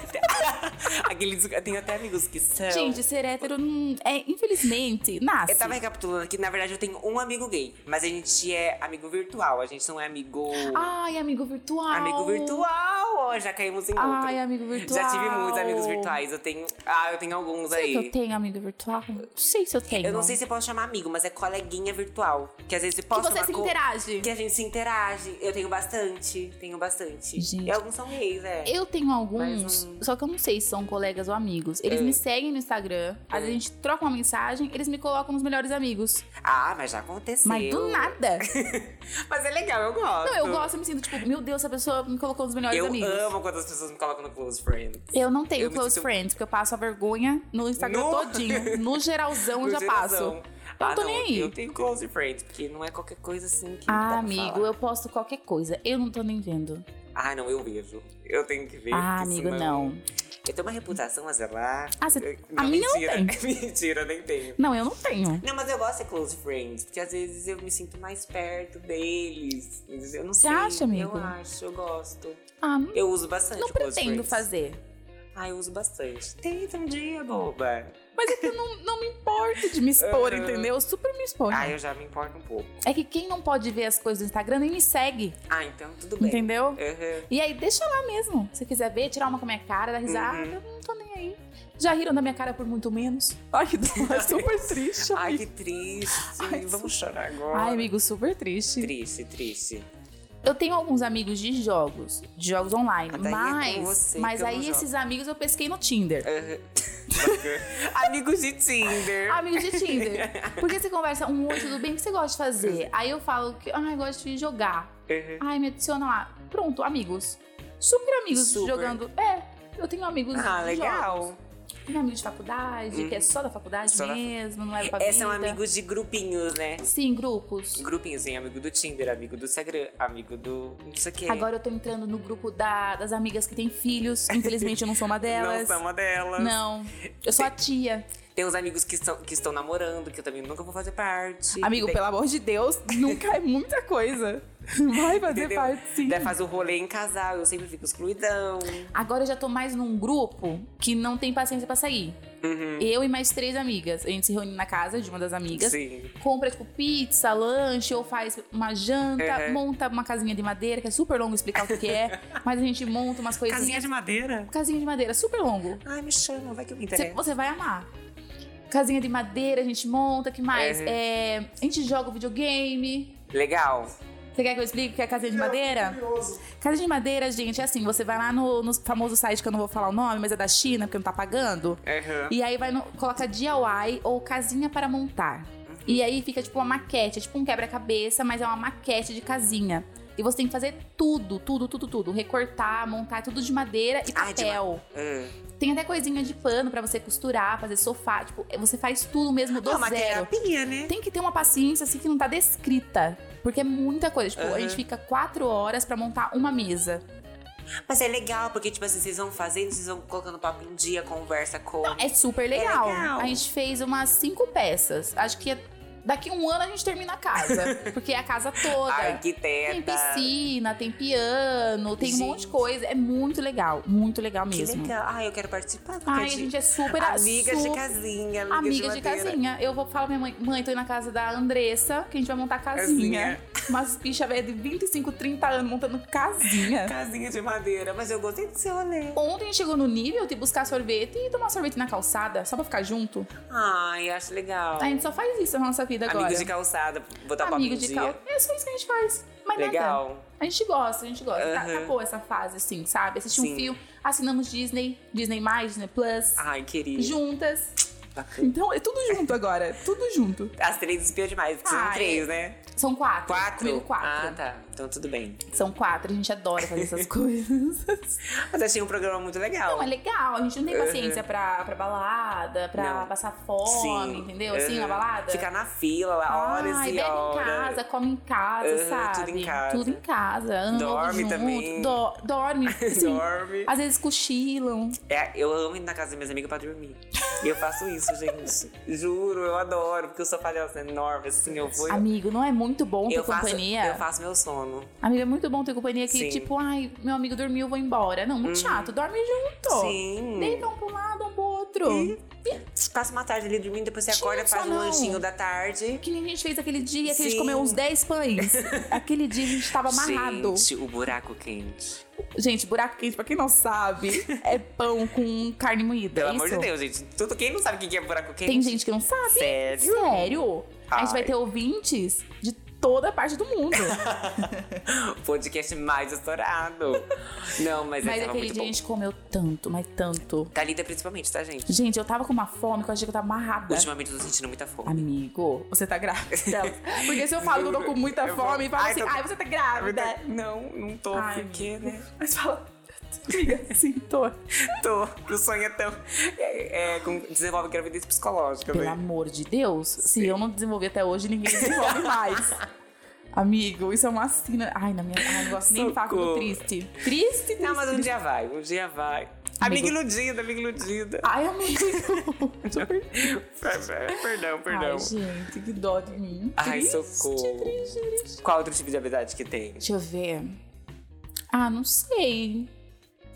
Aqueles, eu tenho até amigos que são.
Gente, assim. ser hétero hum, é, infelizmente, nasce.
Eu tava recapitulando aqui, na verdade eu tenho um amigo gay, mas a gente é amigo virtual, a gente não é amigo.
Ai, amigo virtual.
Amigo virtual! Ó, já caímos em outro.
Ai, amigo virtual.
Já tive muitos amigos virtuais, eu tenho. Ah, eu tenho alguns
Será
aí.
que eu tenho amigo virtual? Não sei se eu tenho.
Eu não sei se eu posso chamar amigo, mas é coleguinha virtual. Que às vezes eu
Que
posso
você se interage.
Que a gente se interage. Eu tenho bastante, tenho bastante.
Gente.
E alguns são gays, é. um.
Eu tenho alguns,
Mas não-
só que eu não sei se são colegas ou amigos. Eles
É.
me seguem no Instagram, às vezes a gente troca uma mensagem, eles me colocam nos melhores amigos.
Ah, mas já aconteceu.
Mas do nada.
Mas é legal, eu gosto.
Não, eu gosto, eu me sinto tipo, meu Deus, essa pessoa me colocou nos melhores
Eu
amigos.
amo quando as pessoas me colocam no Close Friends.
Eu não tenho
Eu me
close
sinto-
friends, porque eu passo a vergonha no Instagram
No-
todinho. No geralzão eu já
Geração.
passo. Eu
Ah,
não tô
não,
nem aí.
eu tenho close friends, porque não é qualquer coisa assim que dá
Ah,
pra
amigo,
falar.
eu posto qualquer coisa. Eu não tô nem vendo.
Ah, não, eu vejo. Eu tenho que ver.
Ah,
porque
amigo,
senão-
não.
Eu tenho uma reputação a zelar.
Ah, cê-
Eu-
a minha não
mentira. mentira, nem tenho.
Não, eu não tenho.
Não, mas eu gosto de close friends, porque às vezes eu me sinto mais perto deles. Eu não
Você
sei.
acha, amigo?
Eu acho, eu gosto.
Ah, não,
Eu uso bastante
não
close
pretendo
friends.
fazer.
Ah, eu uso bastante. Tenta um dia, boba.
Mas é que eu não, não me importo de me expor, entendeu? Eu super me exponho.
Ah, eu já me importo um pouco.
É que quem não pode ver as coisas do Instagram nem me segue,
Ah, então tudo bem.
entendeu?
Aham.
E aí, deixa lá mesmo. Se quiser ver, tirar uma com a minha cara, dar risada,
Uhum.
eu não tô nem aí. Já riram da minha cara por muito menos. Ai, que dó, é super triste.
Ai,
amigo.
que triste.
Ai,
Vamos chorar agora.
Ai, amigo, super triste.
Triste, triste.
Eu tenho alguns amigos de jogos, de jogos online,
Mas daí é
mas,
com você
mas
que eu não
aí
jogo.
esses amigos eu pesquei no Tinder.
Amigos de Tinder.
Amigos de Tinder. Porque você conversa um oi, tudo bem, o que você gosta de fazer? Aí eu falo que, ai, gosto de jogar.
Uhum.
Ai, me adiciona lá. Pronto, amigos. Super amigos
Super.
jogando. É, eu tenho amigos
Ah,
de jogos.
legal. Uhum.
Tenho amigos de faculdade, que é só da faculdade
Só da-
mesmo, não é pra
É, são
vida.
amigos de grupinhos, né?
Sim, grupos.
Grupinhos, tem amigo do Tinder, amigo do Instagram, amigo do. Não sei o quê.
Agora eu tô entrando no grupo da- das amigas que têm filhos. Infelizmente eu não sou uma
Não
delas.
são uma delas.
Não, eu sou a tia.
Tem os amigos que, são, que estão namorando, que eu também nunca vou fazer parte.
Amigo,
Tem-
pelo amor de Deus, nunca é muita coisa. Vai fazer
entendeu?
parte, sim.
Daí faz o rolê em casal, eu sempre fico excluidão.
Agora eu já tô mais num grupo que não tem paciência pra sair.
Uhum.
Eu e mais três amigas. A gente se reúne na casa de uma das amigas.
Sim.
Compra, tipo, pizza, lanche, ou faz uma janta,
Uhum.
monta uma casinha de madeira, que é super longo explicar o que, que é. mas a gente monta umas coisinhas.
Casinha de madeira?
Casinha de madeira, super longo.
Ai, me chama, vai que eu me
Você,
interesso.
você vai amar. Casinha de madeira, a gente monta, que mais?
Uhum.
É, a gente joga o videogame.
Legal.
Você quer que eu explique o que é casinha de madeira?
Curioso.
Casa de madeira, gente, é assim, você vai lá no, no famoso site que eu não vou falar o nome, mas é da China, porque não tá pagando.
Aham.
E aí vai no, coloca DIY ou casinha para montar. E aí fica tipo uma maquete, é tipo um quebra-cabeça, mas é uma maquete de casinha. E você tem que fazer tudo, tudo, tudo, tudo. Recortar, montar, é tudo de madeira e
Ah, de
papel.
Hum.
Tem até coisinha de pano pra você costurar, fazer sofá. Tipo, você faz tudo mesmo do
Ah, uma
zero.
terapia, né?
Tem que ter uma paciência assim que não tá descrita. Porque é muita coisa. Tipo, a
Aham.
gente fica quatro horas pra montar uma mesa.
Mas é legal, porque, tipo assim, vocês vão fazendo, vocês vão colocando papo em dia, conversa com.
É super legal.
É legal.
A gente fez umas cinco peças. Acho que daqui um ano a gente termina a casa. porque é a casa toda.
Arquiteta.
Tem piscina, tem piano, tem um monte de
Gente.
coisa. É muito legal. Muito legal
Que
mesmo.
legal. Ai, eu quero participar. porque
Ai,
é
a
de-
gente é super
Amiga
super,
de casinha, amiga,
Amiga de
madeira.
casinha. Eu vou falar pra minha mãe, mãe, tô indo na casa da Andressa, que a gente vai montar a casinha. Umas bichas velhas de 25, 30 anos montando casinha.
Casinha de madeira, mas eu gostei do seu rolê.
Ontem a gente chegou no nível de buscar sorvete e tomar sorvete na calçada, só pra ficar junto.
Ai, acho legal.
A gente só faz isso na nossa vida Tá agora.
Amigos de calçada, botar o papo
Amigo
em
de
dia.
cal. É só isso que a gente faz. Mas nada.
Tá Legal.
A gente gosta, a gente gosta. Tá-
Aham.
Acabou essa fase, assim, sabe? Assistir
Sim.
um filme, assinamos Disney, Disney+, Disney Plus,
Ai, querido.
juntas.
Bacana.
Então, é tudo junto agora, tudo junto.
As três espias demais, porque são
Ai.
três, né?
São quatro.
Quatro?
Comigo, quatro.
Ah, tá. Então tudo bem.
São quatro, a gente adora fazer essas coisas.
Mas achei um programa muito legal.
Não, é legal, a gente não tem
Uhum.
paciência pra, pra balada, pra
Não.
passar fome,
Sim.
entendeu? Assim, na
Aham.
balada.
Ficar na fila lá, horas
Ai,
e
bebe
horas.
em casa, come em casa,
Aham,
sabe?
tudo em casa.
Tudo em casa, andam
Dorme
junto,
também.
do- dorme, assim,
Dorme.
Às vezes cochilam.
É, eu amo ir na casa das minhas amigas pra dormir. E eu faço isso, gente. Juro, eu adoro, porque o sofá delas é enorme, assim, eu vou.
Amigo, não é muito bom ter
eu, faço,
companhia?
eu faço meu sono.
Amigo, é muito bom ter companhia que,
Sim. Uhum.
tipo, ai, meu amigo dormiu, vou embora. Não, muito chato, dorme junto.
Sim.
Deita um pro lado, um pro outro.
Passa uma tarde ali dormindo, depois você
Gente,
acorda, faz um
não.
lanchinho da tarde.
Que nem a gente fez aquele dia que a
Sim.
gente comeu uns 10 pães. aquele dia a gente tava amarrado.
Gente, o buraco quente.
Gente, buraco quente, pra quem não sabe, é pão com carne moída.
Pelo
é isso?
amor de Deus, gente. Tudo, quem não sabe o que que é buraco quente?
Tem gente que não sabe.
Sério?
Sério? A gente vai
Ai.
ter ouvintes de toda parte do mundo.
O podcast mais estourado. não, mas,
Mas
esse é
aquele
muito
dia a
bom.
gente comeu tanto, mas tanto.
Thalita, principalmente, tá, gente?
Gente, eu tava com uma fome que eu achei que eu tava amarrada.
Ultimamente eu tô sentindo muita fome.
Amigo, você tá grávida. Porque se eu falo que eu tô com muita
Eu falo,
fome, fala
"Ai,
assim,
tô-
ai, você tá grávida.
Não, não tô,
Ai,
porque,
amigo.
né?
Mas fala, amiga, sim, tô.
Tô, que o sonho é tão. É, é, com- desenvolve gravidez psicológica, né?
Pelo
velho.
amor de Deus, se eu não desenvolver até hoje, ninguém desenvolve mais. Amigo, isso é uma sina. Ai, na minha. Ai, não gosto nem de falar que eu tô
Socorro.
triste. Triste, triste.
Não, mas um dia vai, um dia vai. Amiga iludida, amiga iludida.
Ai, amigo. Super...
perdão, perdão.
Ai, gente, que dó de mim.
Ai,
Triste,
socorro.
triste, triste.
Qual outro tipo de habilidade que tem?
Deixa eu ver. Ah, não sei.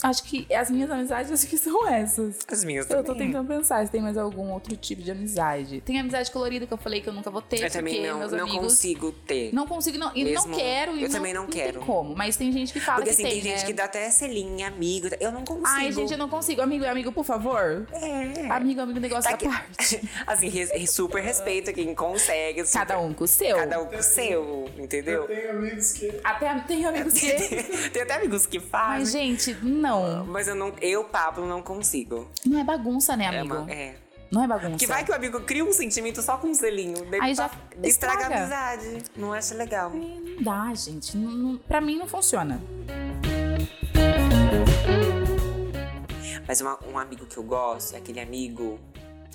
Acho que as minhas amizades acho que são essas.
As minhas
Eu
também.
tô tentando pensar se tem mais algum outro tipo de amizade. Tem amizade colorida que eu falei que eu nunca vou ter,
Eu também
porque
não,
meus
não
amigos.
consigo ter.
Não consigo, não, e
Mesmo-
não quero. E
eu também não quero.
Não tem como, mas tem gente que fala
Porque
que
assim, tem,
tem,
gente
né?
que dá até selinha, amigo. Eu não consigo.
Ai, gente, eu não consigo. Amigo, amigo, por favor.
É.
Amigo, amigo, negócio
Tá
da parte.
assim, res- res- super respeito a quem consegue. super-
Cada um com o seu.
Cada um com o seu,
Eu
entendeu?
tenho amigos que.
Até tem
É
amigos que.
Tem até amigos que fazem.
Mas, gente, não.
Mas eu não, eu, Pablo, não consigo.
Não é bagunça, né,
É,
amigo?
uma- é.
Não é bagunça.
Que vai que o amigo cria um sentimento só com um selinho. daí
Aí já
pa- estraga,
estraga.
a amizade. Não acho legal.
Não dá, gente. Não, não- pra mim não funciona.
Mas uma- um amigo que eu gosto é aquele amigo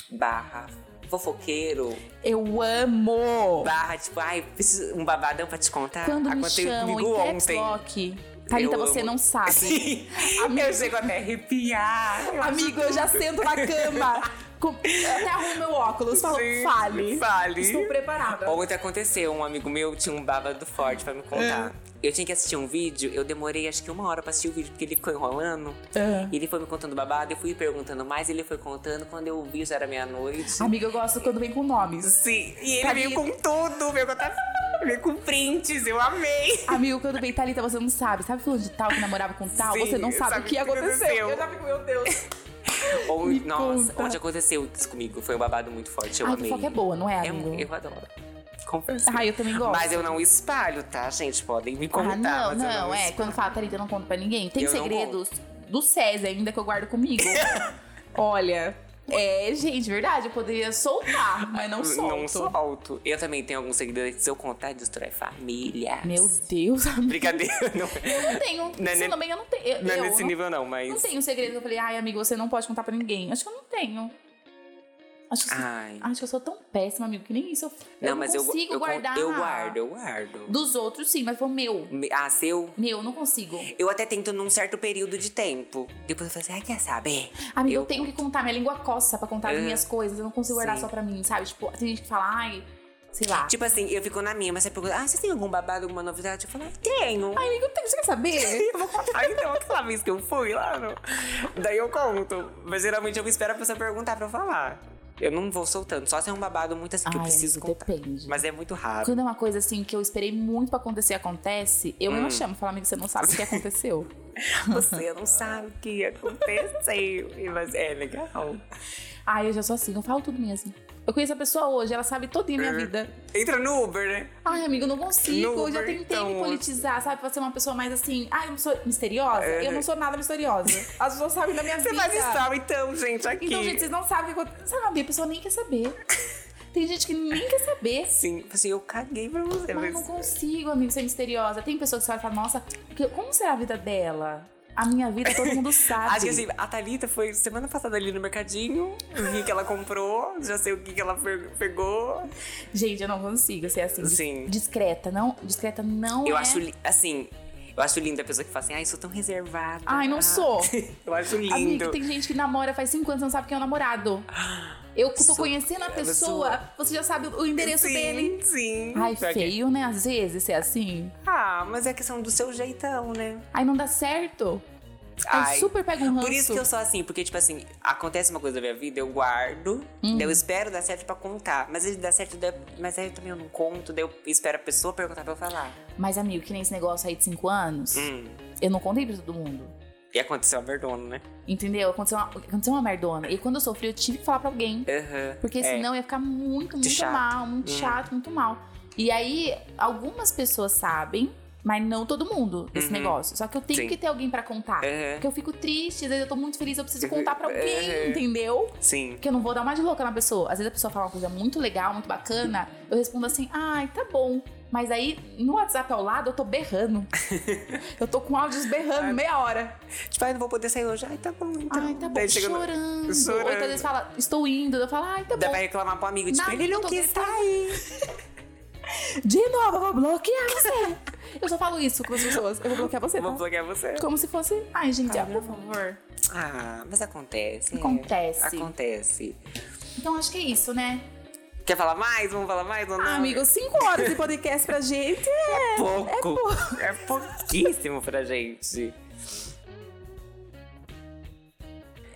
barra fofoqueiro.
Eu amo!
Barra, tipo, ai, preciso um babadão pra te contar.
Quando me
Ah, Aconteceu
chamam
comigo
em caps
ontem.
lock, Thalita,
Eu
você
amo.
não sabe.
Sim.
Amigo.
Eu chego até a arrepiar. Eu
Amigo, eu já sento na cama. com- Até arrumo meu óculos. Falo,
Sim,
fale.
fale.
Estou preparada.
Ontem aconteceu, um amigo meu tinha um babado forte pra me contar.
Ah.
Eu tinha que assistir um vídeo, eu demorei acho que uma hora pra assistir o vídeo, porque ele ficou enrolando.
Ah.
E ele foi me contando babado, eu fui perguntando mais, ele foi contando. Quando eu vi, já era meia-noite.
Amigo, eu gosto quando vem com nomes.
Sim, e ele
Pra
veio
mim-
com tudo, veio com, até, veio com prints, eu amei.
Amigo, quando vem Thalita, você não sabe. Sabe fulano de tal que namorava com tal?
Sim,
você não sabe, o que aconteceu. Eu já fico, meu Deus.
Ou,
Me
nossa,
conta.
onde aconteceu isso comigo? Foi um babado muito forte, eu
Ai,
amei.
fofoca é boa, não é,
É
amigo?
mu- eu adoro. Confesso.
Ai, eu também gosto.
Mas eu não espalho, tá, gente? Podem me
Ah,
contar.
não,
mas eu
não, é.
espalho.
Quando fala, Thalita, eu não conto pra ninguém. Tem
Eu não
segredos do César ainda que eu guardo comigo. Olha, é, gente, verdade, eu poderia soltar, mas não solto.
Não solto. Eu também tenho alguns seguidores que se eu contar, destrói família.
Meu Deus, amigo.
Brincadeira, não,
Eu não tenho.
é
Se
ne-
não bem, eu não tenho. Eu,
não é
eu
nesse
não,
nível, não,
não
mas.
tenho segredo que eu falei, ai, amigo, você não pode contar pra ninguém. Acho que eu não tenho. Acho que, eu sou-
Ai.
acho que eu sou tão péssima, amigo, que nem isso eu, Ah, eu
Não, mas eu,
consigo
eu, con-
guardar.
eu guardo, eu guardo.
Dos outros, sim, mas foi o meu.
Me- Ah, seu.
Meu, eu não consigo.
Eu até tento num certo período de tempo. Depois eu falo assim, ai, quer saber?
Amiga, eu,
Eu-
tenho que contar, minha língua coça pra contar as
É.
minhas coisas. Eu não consigo guardar
Sim.
só pra mim, sabe? Tipo, tem gente que fala, ai, sei lá.
Tipo assim, eu fico na minha, mas você pergunta, ah, você tem algum babado, alguma novidade? Eu falo, ah, tenho.
ai, amiga, eu tenho- você quer saber?
Eu vou contar então aquela vez que eu fui lá. no- Daí eu conto. Mas geralmente eu espero a pessoa perguntar pra eu falar. Eu não vou soltando, só se é um babado muito assim que eu
Ai,
preciso
amigo,
contar.
depende.
Mas é muito raro.
Quando é uma coisa assim que eu esperei muito pra acontecer acontece, eu
Hum.
mesma chamo e falo, amigo, você não sabe o que aconteceu.
Você não sabe o que aconteceu. E, Mas é legal.
Ai, eu já sou assim, eu falo tudo mesmo. Eu conheço a pessoa hoje, ela sabe toda a
É.
minha vida.
Entra no Uber, né?
Ai, amigo, eu não consigo.
No
eu já
Uber,
tentei me
então,
politizar, sabe? Pra ser uma pessoa mais assim. Ai, eu não sou misteriosa?
É.
Eu não sou nada misteriosa. As pessoas sabem da minha
Você
vida.
faz story então, gente, aqui.
Então, gente, vocês não sabem o que aconteceu. Sabe, a pessoa nem quer saber. Tem gente que nem quer saber.
Sim, assim, eu caguei pra você,
Mas
mas.
eu não consigo, amigo, ser misteriosa. Tem pessoas que você olha e fala, nossa, que- como será a vida dela? A minha vida todo mundo sabe.
Acho que assim, a Thalita foi semana passada ali no mercadinho, vi que ela comprou, já sei o que, que ela pe- pegou.
Gente, eu não consigo ser assim. dis-
Sim.
Discreta, não. Discreta não
Eu
é.
acho, li- assim, eu acho lindo a pessoa que fala assim, ai, sou tão reservada.
Ai, não sou.
eu acho lindo.
Amigo, tem gente que namora faz cinco anos e não sabe quem é o namorado. Eu tô
Sou-
conhecendo a
eu
pessoa, você já sabe o endereço
sim,
dele.
Sim.
Ai,
Pior que-
feio, né? Às vezes ser assim.
Ah, mas é questão do seu jeitão, né?
Aí não dá certo. Aí
Ai.
super pega um ranço.
Por isso que eu sou assim, porque, tipo assim, acontece uma coisa da minha vida, eu guardo,
Hum.
daí eu espero dar certo pra contar. Mas ele dá certo, daí- mas aí eu também eu não conto, daí eu espero a pessoa perguntar pra eu falar.
Mas, amigo, que nem esse negócio aí de cinco anos,
Hum.
eu não contei pra todo mundo.
E aconteceu a verdona, né?
Entendeu? Aconteceu uma, aconteceu uma merdona. E quando eu sofri, eu tive que falar pra alguém.
Aham.
Porque
É.
senão ia ficar muito, muito
chato. Hum.
mal, muito chato, muito mal. E aí, algumas pessoas sabem, mas não todo mundo desse
Uhum.
negócio. Só que eu tenho
Sim.
que ter alguém pra contar.
Aham.
Porque eu fico triste, às vezes eu tô muito feliz, eu preciso contar pra alguém,
Uhum.
entendeu?
Sim.
Porque eu não vou dar mais de louca na pessoa. Às vezes a pessoa fala uma coisa muito legal, muito bacana, eu respondo assim, ai, tá bom. Mas aí, no WhatsApp ao lado, eu tô berrando. eu tô com áudios berrando meia hora.
Tipo, ai, não vou poder sair hoje. Ai, tá bom, então.
Ai, tá bom,
Daí chega no-
chorando.
Chorando.
Ou então, às vezes fala, estou indo. Eu falo, ai, tá
Daí
bom.
vai reclamar pro amigo, tipo,
Nada,
ele não
tô
quis
gritando.
sair.
De novo, eu vou bloquear você. eu só falo isso com as pessoas. Eu vou bloquear você,
Eu Vou
tá?
bloquear você.
Como se fosse, ai, gente, ah, por favor.
Ah, mas acontece. é.
Acontece.
Acontece.
Então, acho que é isso, né?
Quer falar mais? Vamos falar mais ou não?
Ah, amigo, cinco horas de podcast pra gente.
É pouco. É pouquíssimo pra gente.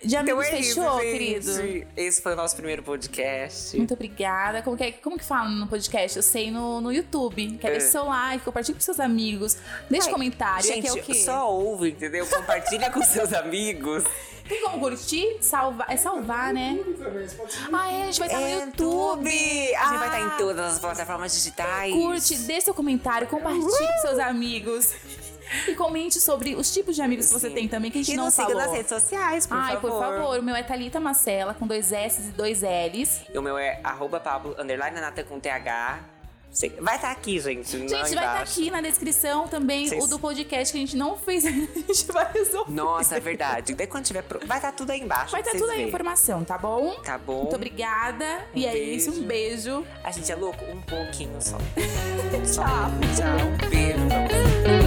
De
Então
amigos,
é isso,
fechou,
gente.
querido? Hum.
Esse foi o nosso primeiro podcast.
Muito obrigada. Como que, é- como que fala no podcast? Eu sei no, no YouTube. Quer
É.
deixa o seu like, compartilha com seus amigos. Deixa
Ai,
comentário.
Gente,
aqui é o quê?
só ouve, entendeu? Compartilha com seus amigos.
Tem como curtir? Salvar. É salvar, né?
Também, você pode ser
Ah, é, a gente vai estar
É
no YouTube.
A gente vai
Ah.
estar em todas as plataformas digitais.
Curte, dê seu comentário, compartilhe com seus amigos. E comente sobre os tipos de amigos que você
Sim.
tem também, que a gente
E
não
nos siga
falou.
nas redes sociais, por
Ai,
favor.
por favor, o meu é Thalita Marcela, com dois S e dois L's.
E o meu é arroba Pablo, underline Anata com TH. Sei- Vai estar aqui, gente. Gente,
gente, vai estar aqui na descrição também
Vocês-
o do podcast que a gente não fez, a gente vai resolver.
Nossa, é verdade. Daí quando tiver. pro- Vai estar tudo aí embaixo.
Vai estar
pra
tudo
vocês
aí a
verem.
informação, tá bom?
Tá bom.
Muito obrigada. e é
beijo.
isso, um beijo.
A gente é louco? Um pouquinho só.
Tchau.
Tchau. Um beijo pra vocês.